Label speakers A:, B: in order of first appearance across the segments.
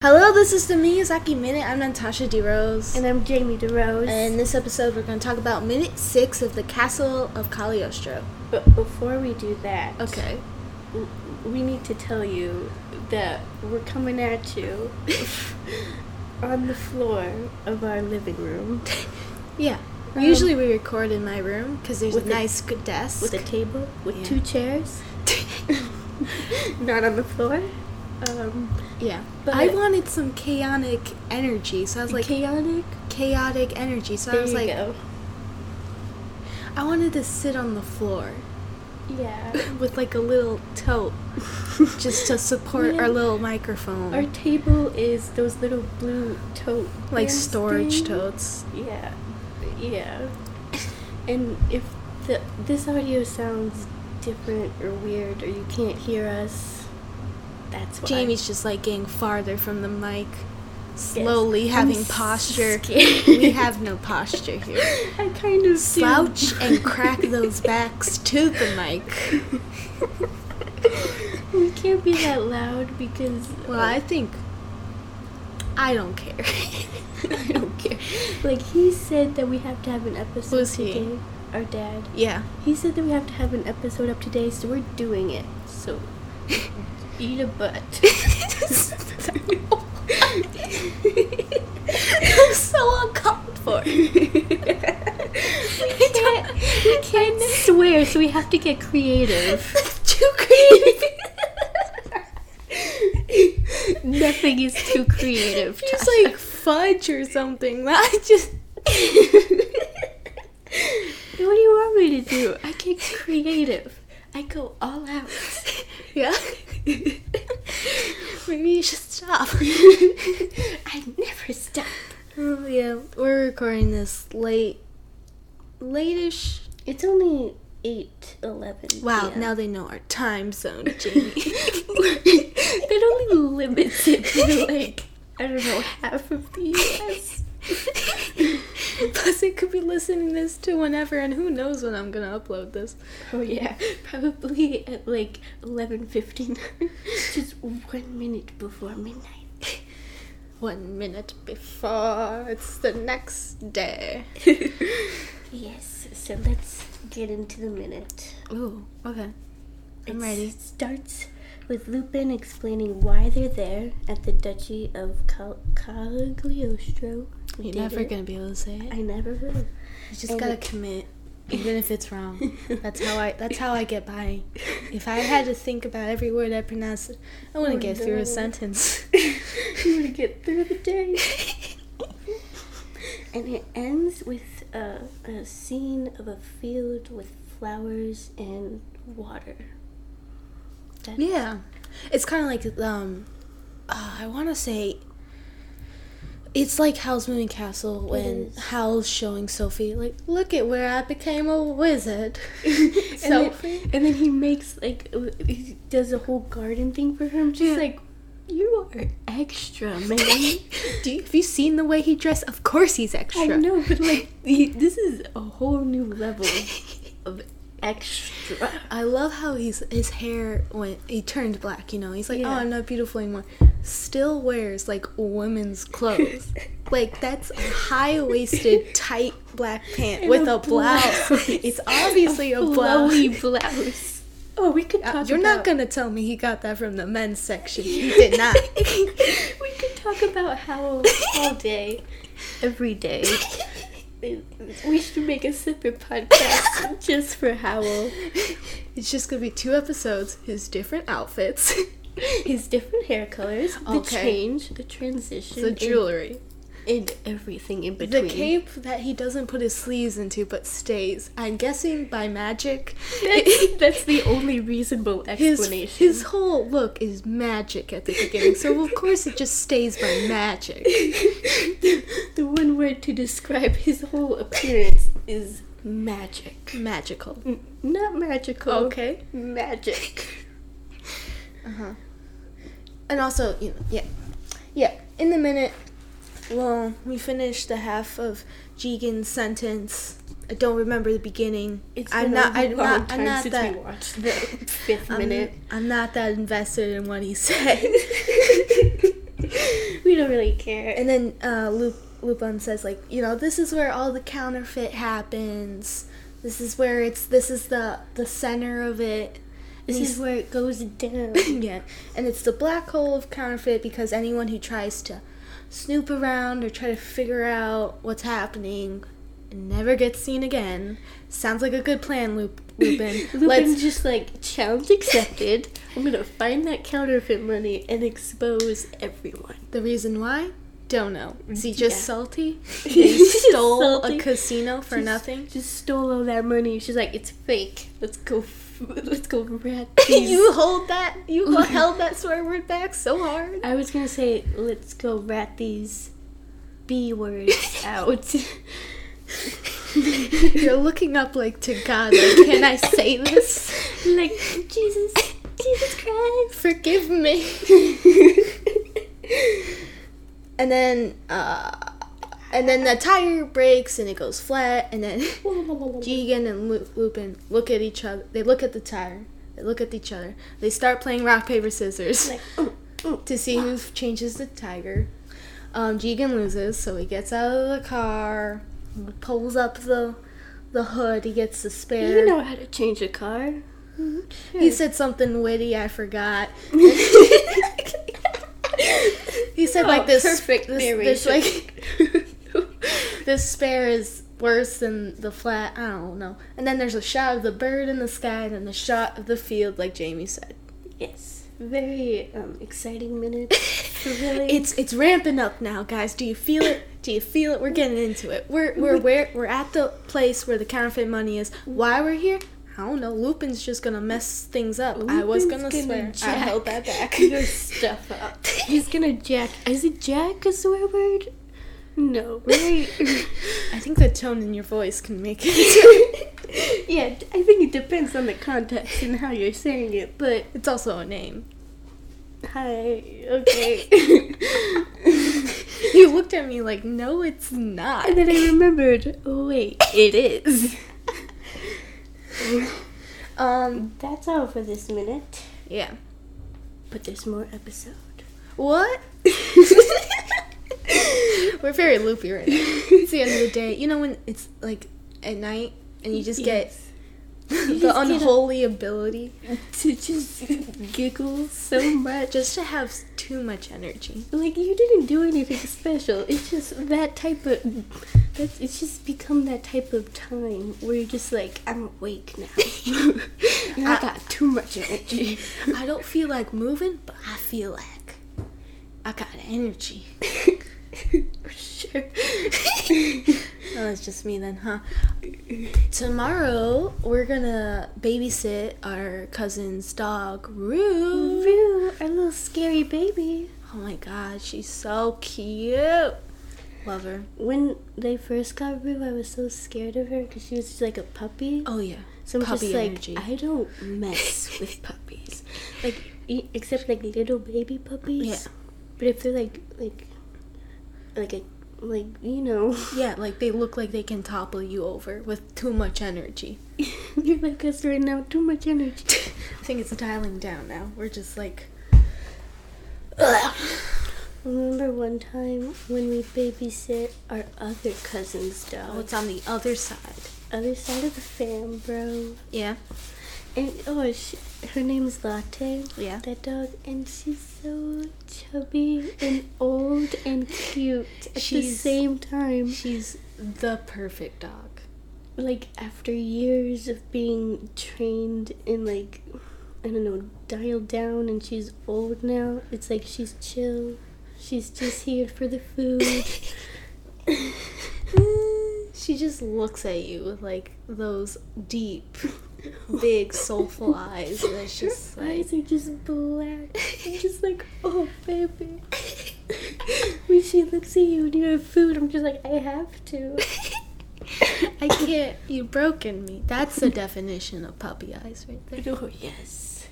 A: Hello, this is the Miyazaki Minute. I'm Natasha DeRose.
B: And I'm Jamie DeRose.
A: And in this episode, we're going to talk about Minute 6 of The Castle of Cagliostro.
B: but before we do that,
A: Okay.
B: w- we need to tell you that we're coming at you on the floor of our living room
A: Yeah.
B: Um,
A: Usually we record in my room because there's a
B: with a-
A: nice good desk.
B: with a table with
A: Yeah.
B: two chairs, not on the floor. Um,
A: yeah. But
B: But-
A: I wanted some chaotic energy, so I was like,
B: chaotic.
A: chaotic energy. So I
B: There
A: was
B: you
A: like,
B: go.
A: I wanted to sit on the floor
B: Yeah.
A: with like a little tote just to support
B: Yeah.
A: our little microphone.
B: Our table is those little blue tote,
A: like
B: bands
A: storage
B: thing.
A: totes.
B: Yeah, yeah. And if the this audio sounds different or weird or you can't hear us, that's why.
A: Jamie's just like getting farther from the mic,
B: Yes.
A: slowly
B: I'm
A: having
B: s-
A: posture.
B: scared.
A: we have no posture here.
B: I kind of do.
A: Slouch and crack those backs to the mic.
B: we can't be that loud because.
A: Well, I think I don't care.
B: I don't care. Like he said that we have to have an episode
A: Who's he?
B: today. Our dad.
A: yeah.
B: He said that we have to have an episode up today, so we're doing it. So eat a butt.
A: I'm so uncalled for.
B: We can't, we can't swear, so we have to get creative.
A: Too creepy.
B: Nothing is too creative.
A: It's
B: Tasha.
A: like fudge or something. That I just.
B: what do you want me to do? I get creative. I go all out.
A: yeah. Maybe you should stop.
B: I never stop.
A: oh, yeah, we're recording this late, late-ish.
B: It's only eight eleven.
A: Wow, now they know our time zone, Jamie.
B: that only limits it to like I don't know half of the U.S.
A: Plus, it could be listening this to whenever, and who knows when I'm gonna upload this.
B: Oh yeah, probably at like eleven fifty nine, just one minute before midnight.
A: One minute before it's the next day.
B: Yes, so let's get into the minute.
A: Ooh, okay. I'm
B: It
A: ready.
B: starts with Lupin explaining why they're there at the Duchy of Cal- Cagliostro. We
A: You're
B: did
A: never
B: it.
A: gonna be able to say it.
B: I never will.
A: You just
B: and
A: gotta
B: it-
A: commit, even if it's wrong. That's how I. That's how I get by. If I had to think about every word I pronounced, I wouldn't
B: Oh,
A: get through
B: no.
A: a sentence.
B: you want to get through the day. and it ends with a, a scene of a field with flowers and water. That's
A: Yeah, it's kind of like um, uh, I want to say. It's like Howl's Moving Castle when
B: is.
A: Howl's showing Sophie, like, look at where I became a wizard.
B: so,
A: Sophie.
B: and then he makes like uh, he does a whole garden thing for her. I'm just
A: Yeah.
B: like, you are extra, man.
A: Do you, have you seen the way he dressed? Of course he's extra.
B: I know, but like he, this is a whole new level of extra.
A: I love how he's his hair went. He turned black. You know, he's like,
B: Yeah.
A: oh, I'm not beautiful anymore. Still wears like women's clothes. like that's a high waisted, tight black pant
B: And
A: with
B: a
A: a blouse.
B: blouse.
A: it's obviously a, blouse.
B: flowy blouse. Oh, we could
A: Uh,
B: talk.
A: You're not
B: about-
A: gonna tell me he got that from the men's section. He did not.
B: we could talk about how all day, every day. We should make a separate podcast just for Howl.
A: it's just gonna be two episodes. His different outfits.
B: His different hair colors, the
A: Okay.
B: change, the transition,
A: The jewelry.
B: and, and everything in
A: The
B: between.
A: cape that he doesn't put his sleeves into but stays. I'm guessing by magic.
B: That's, that's the only reasonable
A: His,
B: explanation.
A: his whole look is magic at the beginning, so of course it just stays by magic.
B: the, the one word to describe his whole appearance is magic.
A: Magical.
B: N- not magical.
A: Okay.
B: Magic.
A: Uh huh. And also, you know, yeah, yeah. In the minute, well, we finished the half of Jigen's sentence. I don't remember the beginning.
B: It's
A: I'm
B: been
A: not.
B: a
A: I'm
B: long
A: not.
B: time
A: I'm not
B: since
A: that.
B: we watched the fifth
A: I'm,
B: minute.
A: I'm not that invested in what he said.
B: We don't really care.
A: And then uh, Lup- Lupin says, like, you know, this is where all the counterfeit happens. This is where it's. This is the the center of it.
B: this
A: And
B: is where it goes down.
A: he's- yeah, and it's the black hole of counterfeit because anyone who tries to snoop around or try to figure out what's happening never gets seen again. Sounds like a good plan, Lup- Lupin.
B: Lupin
A: Let's
B: just like challenge accepted. I'm gonna find that counterfeit money and expose everyone.
A: The reason why? Don't know. Is he just
B: Mm, Yeah.
A: salty? He
B: He's just
A: stole
B: salty.
A: a casino for
B: Just-
A: nothing.
B: Just stole all that money. She's like, it's fake. Let's go. F- let's go rat these.
A: you hold that. You held that swear word back so hard.
B: I was gonna say, let's go rat these b words out.
A: You're looking up like to God. Like, can I say this?
B: like Jesus, Jesus Christ.
A: Forgive me. and then, uh, and then the tire breaks and it goes flat. And then Jigen and Lu- Lupin look at each other. They look at the tire. They look at each other. They start playing rock paper scissors.
B: like, oh, oh.
A: to see who changes the tiger. Um, Jigen loses, so he gets out of the car, pulls up the the hood. He gets the spare.
B: You know how to change a car.
A: He said something witty. I forgot. He said
B: Oh,
A: like this.
B: perfect
A: this, this like this spare is worse than the flat. I don't know. And then there's a shot of the bird in the sky, and then the shot of the field, like Jamie said.
B: yes, very um, exciting minute. Thrilling.
A: It's it's ramping up now, guys. Do you feel it? Do you feel it? We're getting into it. We're we're where we're at the place where the counterfeit money is. Why we're here? I don't know. Lupin's just gonna mess things up. I was gonna,
B: Lupin's
A: swear. I
B: jack
A: held that back.
B: Your stuff up. He's gonna jack. Is it jack a swear word? No, right?
A: I think the tone in your voice can make it.
B: yeah, I think it depends on the context and how you're saying it, but
A: it's also a name.
B: hi, okay.
A: You looked at me like, no, it's not.
B: and then I remembered, oh wait, it is.
A: Um,
B: That's all for this minute,
A: yeah.
B: but there's more episode.
A: What? We're very loopy right now. It's the end of the day. You know when it's like at night and you just get the
B: just get a-
A: unholy ability
B: to just giggle so much.
A: just to have s- too much energy.
B: Like you didn't do anything special. It's just that type of. That's, it's just become that type of time where you're just like, I'm awake now. And I,
A: I-
B: got too much energy.
A: I don't feel like moving, but I feel like I got energy.
B: sure.
A: Oh, that's just me then, huh? Tomorrow we're gonna babysit our cousin's dog, Roo.
B: Roo, our little scary baby.
A: Oh my god, she's so cute. Love her.
B: When they first got Roo, I was so scared of her because she was just like a puppy.
A: Oh yeah.
B: So I'm
A: puppy
B: just like,
A: energy.
B: I don't mess with puppies. Like, e- except like little baby puppies.
A: Yeah.
B: But if they're like, like, like a, like, you know,
A: Yeah, like they look like they can topple you over with too much energy.
B: you're like us right now, too much energy.
A: I think it's dialing down now. We're just like
B: Remember one time when we babysit our other cousin's dog?
A: what's on the other side.
B: other side of the fam, bro.
A: Yeah.
B: And oh, she, her name's Latte.
A: Yeah.
B: That dog, and she's so chubby and old and cute at the
A: She's-
B: same time.
A: She's the perfect dog.
B: Like after years of being trained and like, I don't know, dialed down, and she's old now. It's like she's chill. She's just here for the food.
A: She just looks at you with like those deep, big, soulful eyes. And it's just
B: Her
A: like
B: eyes are just black. I'm just like, oh baby. when she looks at you and you have food, I'm just like, I have to.
A: I can't. You broken me. That's the definition of puppy eyes right there.
B: Oh yes.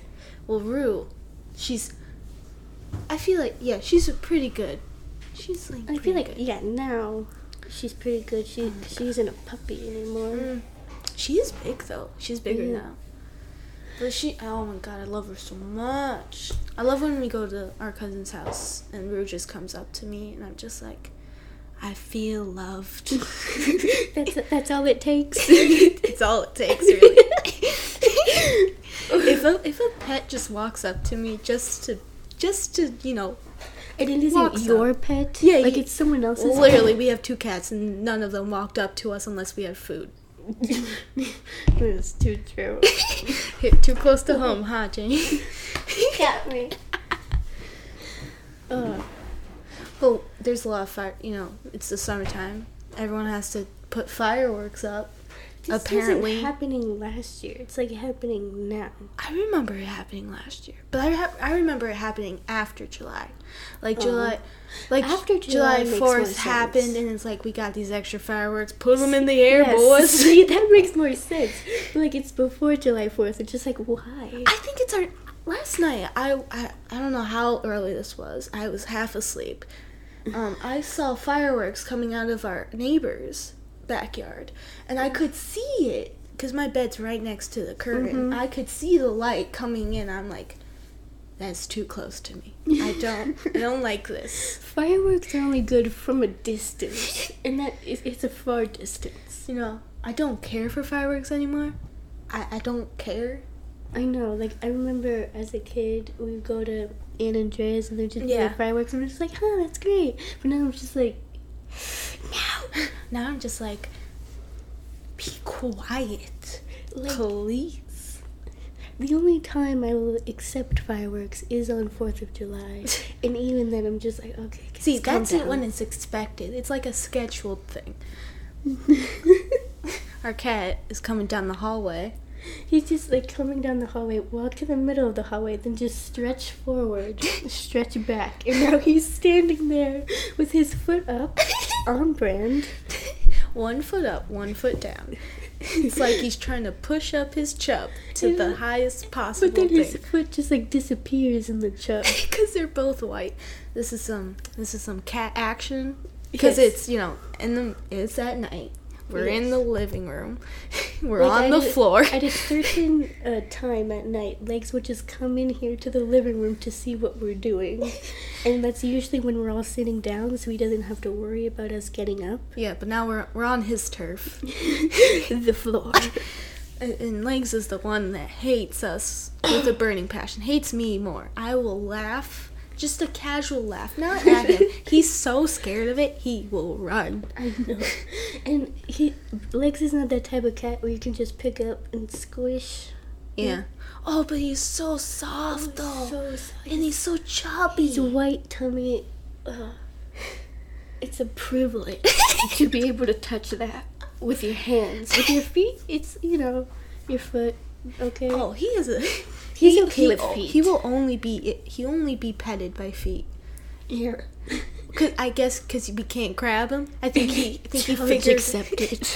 A: Well, Rue, she's. I feel like yeah, she's pretty good. She's like.
B: I
A: pretty
B: feel like
A: good.
B: yeah now, she's pretty good. She she isn't a puppy anymore.
A: Mm. she is big though. She's bigger
B: Yeah.
A: now. But she, oh my god, I love her so much. I love when we go to our cousin's house and Rue just comes up to me and I'm just like, I feel loved.
B: That's that's all it takes.
A: it's all it takes, really. if a if a pet just walks up to me just to just to you know
B: And it isn't
A: Walks
B: your pet.
A: Yeah,
B: like
A: you-
B: it's someone else's.
A: literally we have two cats and none of them walked up to us unless we had food
B: That's too true.
A: Hit too close to home huh jane
B: Got me. Uh,
A: oh there's a lot of fire you know it's the summertime everyone has to put fireworks up
B: this
A: Apparently-
B: wasn't happening last year. It's like happening now.
A: i remember it happening last year but i, ha- I remember it happening after july like
B: Oh.
A: july like
B: After
A: july,
B: July makes more
A: 4th
B: sense.
A: happened and it's like we got these extra fireworks put them in the air
B: Yes,
A: boys
B: See, that makes more sense. Like it's before July Fourth. It's just like why?
A: I think it's our last night. I, I I don't know how early this was. I was half asleep. Um, I saw fireworks coming out of our neighbor's backyard, and I could see it because my bed's right next to the curtain. I could see the light coming in. I'm like, that's too close to me. I don't I don't like this.
B: Fireworks are only good from a distance, and that is, it's a far distance.
A: You know, I don't care for fireworks anymore. I, I don't care.
B: I know. Like I remember as a kid, we would go to Aunt Andrea's, and they're just
A: Yeah.
B: like fireworks, and I'm just like, huh, that's great. But now I'm just like, no.
A: Now I'm just like, be quiet,
B: Like
A: please.
B: the only time I will accept fireworks is on Fourth of July, and even then, I'm just like, okay. guys,
A: See,
B: calm
A: that's it
B: down."
A: when it's expected. It's like a scheduled thing. Our cat is coming down the hallway.
B: He's just like coming down the hallway, walk to the middle of the hallway, then just stretch forward, stretch back, and now he's standing there with his foot up on brand.
A: one foot up, one foot down. It's like he's trying to push up his chub to the
B: Yeah.
A: highest possible
B: But then his
A: thing.
B: foot just like disappears in the chub.
A: Because they're both white. This is some this is some cat action. Because
B: Yes.
A: it's you know, in the it's at night. We're in
B: Yes.
A: the living room. We're
B: Like,
A: on
B: I
A: the
B: did-
A: floor.
B: At a certain uh, time at night, legs would just come in here to the living room to see what we're doing. And that's usually when we're all sitting down, so he doesn't have to worry about us getting up.
A: yeah, but now we're we're on his turf.
B: the floor.
A: And- And Legs is the one that hates us with a burning passion. Hates me more. I will laugh, just a casual laugh, not at him. He's so scared of it, he will run.
B: I know. And he Lex is not that type of cat where you can just pick up and squish.
A: Yeah. Oh, but he's so soft though,
B: Oh, So sorry.
A: and he's so chubby.
B: His white tummy. Uh, it's a privilege to be able to touch that with your hands. With your feet, it's you know, your foot. Okay.
A: oh, he is a.
B: He's
A: he-
B: okay
A: he
B: with
A: o-
B: feet.
A: He will only be he only be petted by feet.
B: here.
A: Cause I guess because we can't grab him. I think he I think he
B: Challenge
A: figured
B: accepted.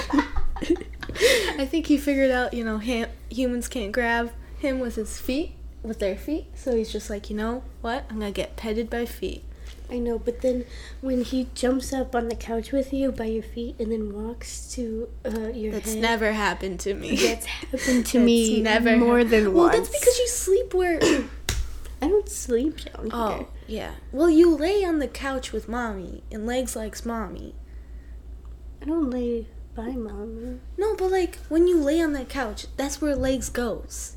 A: I think he figured out, you know, ham- humans can't grab him with his feet, with their feet. So he's just like, you know what? I'm gonna get petted by feet.
B: I know, but then when he jumps up on the couch with you by your feet and then walks to uh, your
A: That's
B: head.
A: never happened to me.
B: That's happened to
A: That's
B: me more
A: hap-
B: than
A: well,
B: once.
A: that's because you sleep where.
B: I don't sleep down here.
A: oh yeah. Well, you lay on the couch with mommy, and legs likes mommy.
B: I don't lay by mommy.
A: No, but like when you lay on that couch, that's where legs goes,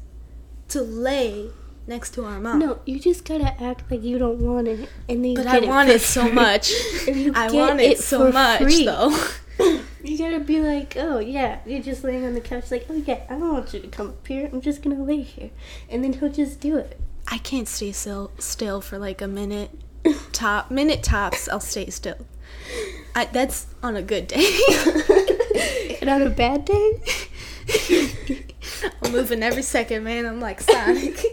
A: to lay next to our mom.
B: No, you just gotta act like you don't want it, and then you
A: but
B: get
A: I want
B: for
A: it so
B: free.
A: much.
B: And you
A: I
B: get
A: want it,
B: it
A: so
B: for
A: much
B: free.
A: though.
B: You gotta be like, oh yeah, you're just laying on the couch, like, oh yeah, I don't want you to come up here. I'm just gonna lay here, and then he'll just do it.
A: I can't stay still still for like a minute top minute tops I'll stay still. I, that's on a good day.
B: and on a bad day,
A: I'm moving every second, man. I'm like Sonic.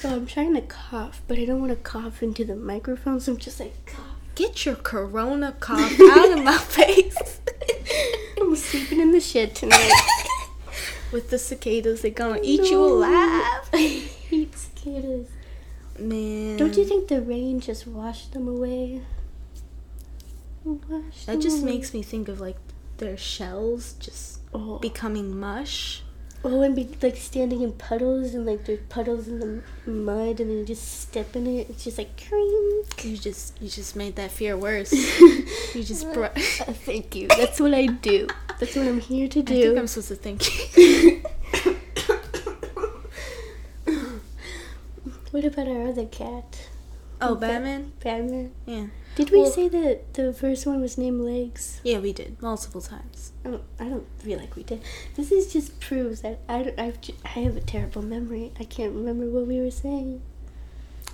B: so I'm trying to cough, but I don't want to cough into the microphone, so I'm just like, cough.
A: Get your corona cough out of my face.
B: I'm sleeping in the shed tonight.
A: With the cicadas, they're gonna eat you alive.
B: I hate cicadas.
A: Man.
B: Don't you think the rain just washed them away? Washed
A: That just makes me think of like their shells just
B: oh.
A: becoming mush.
B: Oh, and be like standing in puddles and like there's puddles in the m- mud and then you just step in it. It's just like cream.
A: You just you just made that fear worse. you just brought. I
B: thank you. That's what I do. That's what I'm here to do.
A: think I'm supposed to think.
B: what about our other cat?
A: oh,
B: Ba-
A: Batman.
B: Batman.
A: Yeah,
B: Did we
A: Well-
B: say that the first one was named Legs?
A: yeah, we did multiple times.
B: I don't, I don't feel like we did. This is just proves that I, don't, I've, ju- I have a terrible memory. I can't remember what we were saying.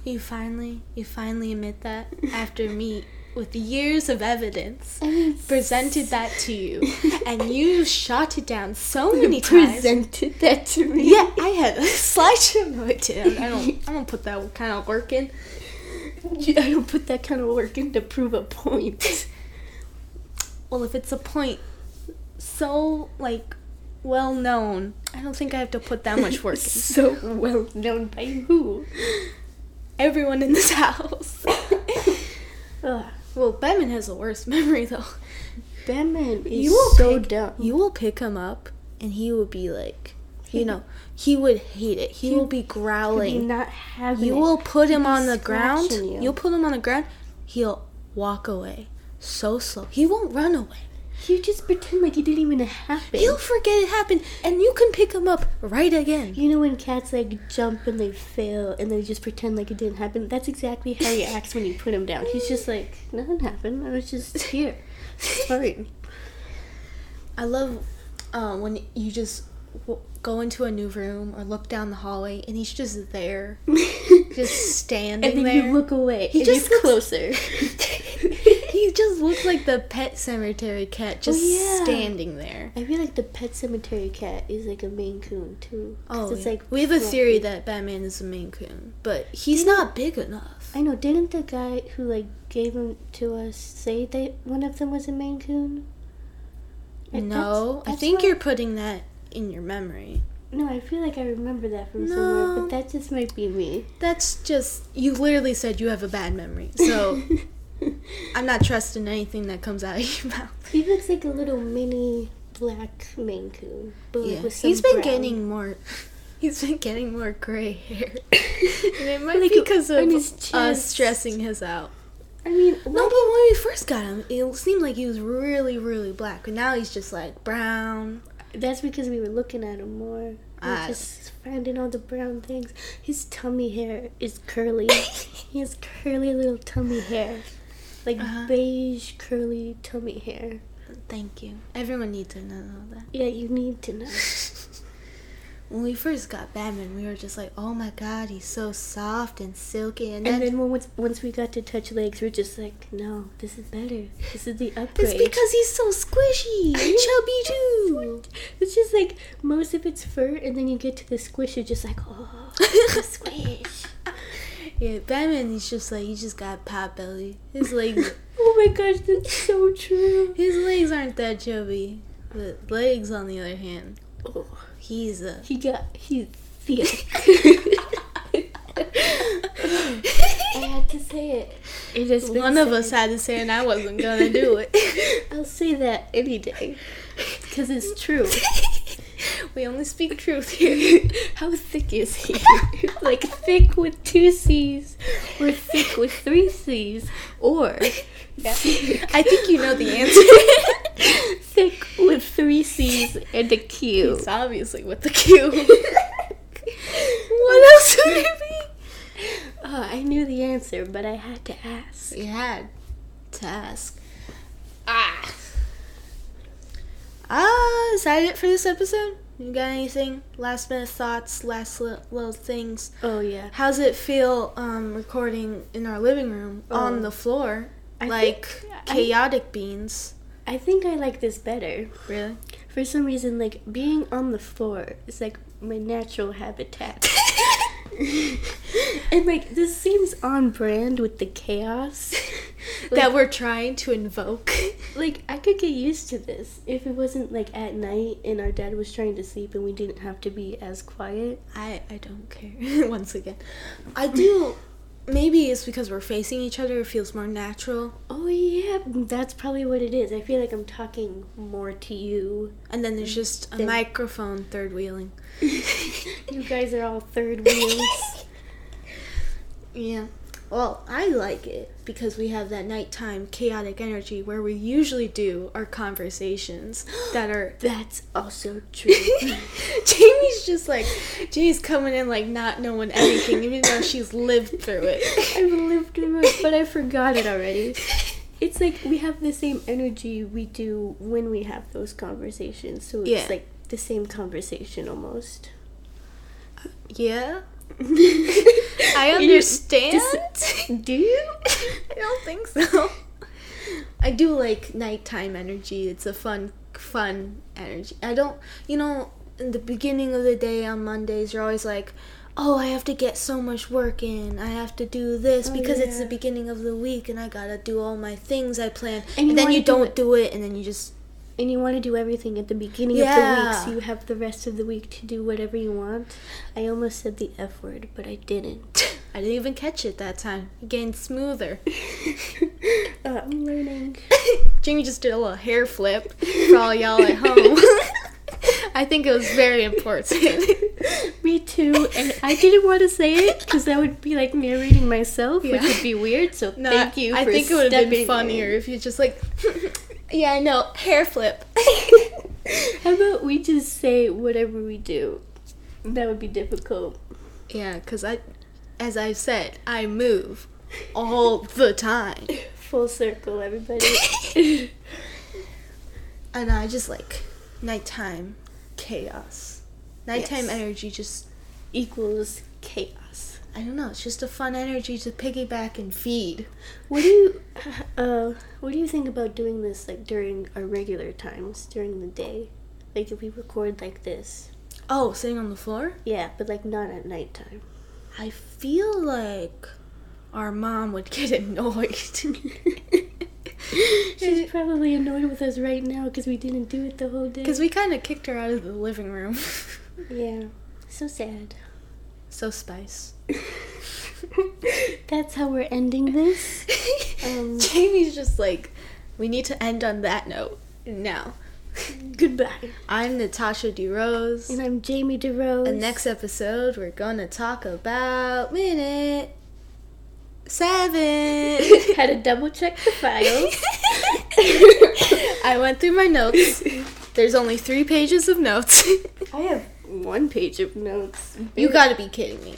A: You finally you finally admit that after me with years of evidence
B: I mean,
A: presented that to you, and you shot it down so many times.
B: presented that to me.
A: Yeah, I had a slideshow of it too. I don't. I don't put that kind of work in.
B: Yeah, I don't put that kind of work in to prove a point.
A: Well, if it's a point so like well known, I don't think I have to put that much work. in.
B: so well known by who?
A: Everyone in this house.
B: Ugh.
A: well, Batman has the worst memory though.
B: Batman is
A: You will
B: so
A: pick-
B: dumb.
A: You will pick him up, and he will be like, you know, he would hate it. He,
B: He-
A: will be
B: You're
A: growling.
B: not having
A: You
B: it.
A: will put him
B: be
A: on the ground.
B: scratching you.
A: You. will put him on the ground. He'll walk away so slow. He won't run away.
B: You just pretend like it didn't even happen.
A: He'll forget it happened, and you can pick him up right again.
B: You know when cats like jump and they fail and they just pretend like it didn't happen? That's exactly how he acts when you put him down. He's just like, nothing happened. I was just here. It's fine.
A: I love um, when you just w- go into a new room or look down the hallway, and he's just there, just standing
B: and then
A: there.
B: you look away.
A: He
B: and
A: just
B: you're
A: looks-
B: closer.
A: he just looks like the pet cemetery cat just
B: Oh, yeah.
A: standing there.
B: I feel like the pet cemetery cat is like a Maine Coon too. 'Cause
A: Oh,
B: it's
A: yeah.
B: like
A: we have a
B: fluffy.
A: theory that Batman is a Maine Coon, but he's not big enough.
B: I know. Didn't the guy who like gave them to us say that one of them was a Maine Coon? Like,
A: no,
B: that's-
A: I
B: that's
A: think
B: why-
A: you're putting that in your memory.
B: No, I feel like I remember that from somewhere,
A: No.
B: but that just might be me.
A: That's just you literally said you have a bad memory, so I'm not trusting anything that comes out of your mouth.
B: He looks like a little mini black Maine Coon, but like
A: Yeah.
B: with some
A: He's been
B: brown.
A: getting more. He's been getting more gray hair, and it might
B: Like,
A: be because
B: on
A: of
B: his
A: us
B: chest.
A: stressing his out.
B: I mean,
A: No, but
B: what?
A: when we first got him, it seemed like he was really, really black, but now he's just like brown.
B: That's because we were looking at him more. We were
A: Ah.
B: just finding all the brown things. His tummy hair is curly. he has curly little tummy hair, like
A: Uh-huh.
B: beige curly tummy hair.
A: Thank you. Everyone needs to know that.
B: Yeah, you need to know.
A: When we first got Batman, we were just like, "Oh my God, he's so soft and silky," and then,
B: And then when, once once we got to touch legs, we're just like, no, this is better. This is the upgrade.
A: it's because he's so squishy and chubby too.
B: It's just like most of it's fur, and then you get to the squish, you're just like, oh, squish.
A: yeah, Batman. He's just like he just got pot belly. His legs,
B: Oh my gosh, that's so true.
A: his legs aren't that chubby, but legs on the other hand,
B: Oh,
A: he's a
B: he got, he's thick. I had to say it. It has been
A: One of
B: said.
A: us had to say, it, and I wasn't gonna do it.
B: I'll say that any day, because it's true.
A: we only speak truth here.
B: How thick is he? like thick with two C's, or thick with three C's, or thick,
A: I think you know the answer.
B: thick with three C's and a Q.
A: it's obviously with the Q. what else would it
B: Oh, I knew the answer, but I had to ask.
A: be? We had task. Ah. Ah, is that it for this episode? You got anything? Last minute thoughts, last li- little things.
B: Oh yeah,
A: How's it feel um, recording in our living room
B: Oh.
A: on the floor?
B: I
A: like
B: think- I-
A: chaotic beans.
B: I think I like this better.
A: Really?
B: For some reason, like being on the floor is like my natural habitat. and like this seems on brand with the chaos.
A: that we're trying to invoke.
B: Like I could get used to this if it wasn't like at night and our dad was trying to sleep and we didn't have to be as quiet.
A: I I don't care. Once again, I do. maybe it's because we're facing each other. It feels more natural,
B: Oh yeah, that's probably what it is. I feel like I'm talking more to you.
A: and then there's just a
B: Then-
A: microphone third wheeling.
B: You guys are all third wheels.
A: Yeah. Well, I like it because we have that nighttime chaotic energy where we usually do our conversations that are.
B: that's also true.
A: Jamie's just like, Jamie's coming in like not knowing anything, even though she's lived through it.
B: I've lived through it, but I forgot it already. It's like we have the same energy we do when we have those conversations. So it's
A: Yeah.
B: like the same conversation almost.
A: Yeah, I
B: I
A: understand.
B: Do you?
A: I don't think so. I do like nighttime energy. It's a fun, fun energy. I don't, you know, in the beginning of the day on Mondays, you're always like, oh, I have to get so much work in. I have to do this
B: Oh,
A: because it's the
B: yeah.
A: beginning of the week and I gotta do all my things I plan.
B: And you
A: And, then
B: wanna
A: you
B: do
A: don't
B: it-
A: do it and then you just,
B: And you want to do everything at the beginning of the
A: Yeah.
B: week, so you have the rest of the week to do whatever you want. I almost said the F word, but I didn't.
A: I didn't even catch it that time. It gained smoother.
B: Uh, I'm learning.
A: Jamie just did a little hair flip for all y'all at home. I think it was very important.
B: Me too, and I didn't want to say it because that would be like narrating myself, which
A: Yeah.
B: would be weird. So
A: No,
B: thank you.
A: I
B: for
A: think it would have been
B: stepping
A: funnier
B: in.
A: if you just like, yeah, no, hair flip.
B: How about we just say whatever we do? That would be difficult.
A: yeah, because I, as I've said, I move all the time,
B: Full circle, everybody.
A: and I just like nighttime chaos. Nighttime
B: Yes.
A: energy just
B: Equals chaos.
A: I don't know. It's just a fun energy to piggyback and feed.
B: What do you, uh, what do you think about doing this like during our regular times during the day? Like if we record like this,
A: Oh, sitting on the floor.
B: yeah, but like not at nighttime.
A: I feel like our mom would get annoyed.
B: She's probably annoyed with us right now because we didn't do it the whole day.
A: Because we kind of kicked her out of the living room.
B: yeah, so sad.
A: so spice.
B: That's how we're ending this. Um,
A: Jamie's just like, we need to end on that note now.
B: Goodbye.
A: I'm Natasha DeRose.
B: And I'm Jamie DeRose.
A: The next episode, we're gonna talk about minute seven.
B: had to double check the files.
A: I went through my notes. There's only three pages of notes.
B: I have one page of notes.
A: you gotta be kidding me.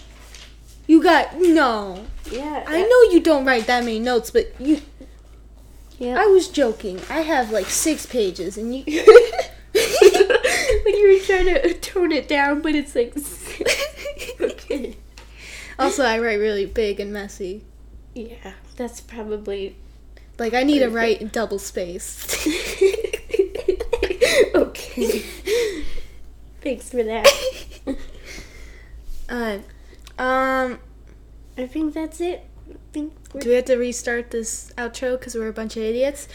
A: You got no.
B: yeah.
A: I know you don't write that many notes, but you
B: Yeah.
A: I was joking. I have like six pages, and you.
B: when you were trying to tone it down, but it's like. okay.
A: also, I write really big and messy.
B: Yeah, that's probably.
A: Like I need to write in double space.
B: okay. Thanks for that.
A: uh, um,
B: I think that's it. I think we're
A: do we have to restart this outro because we're a bunch of idiots?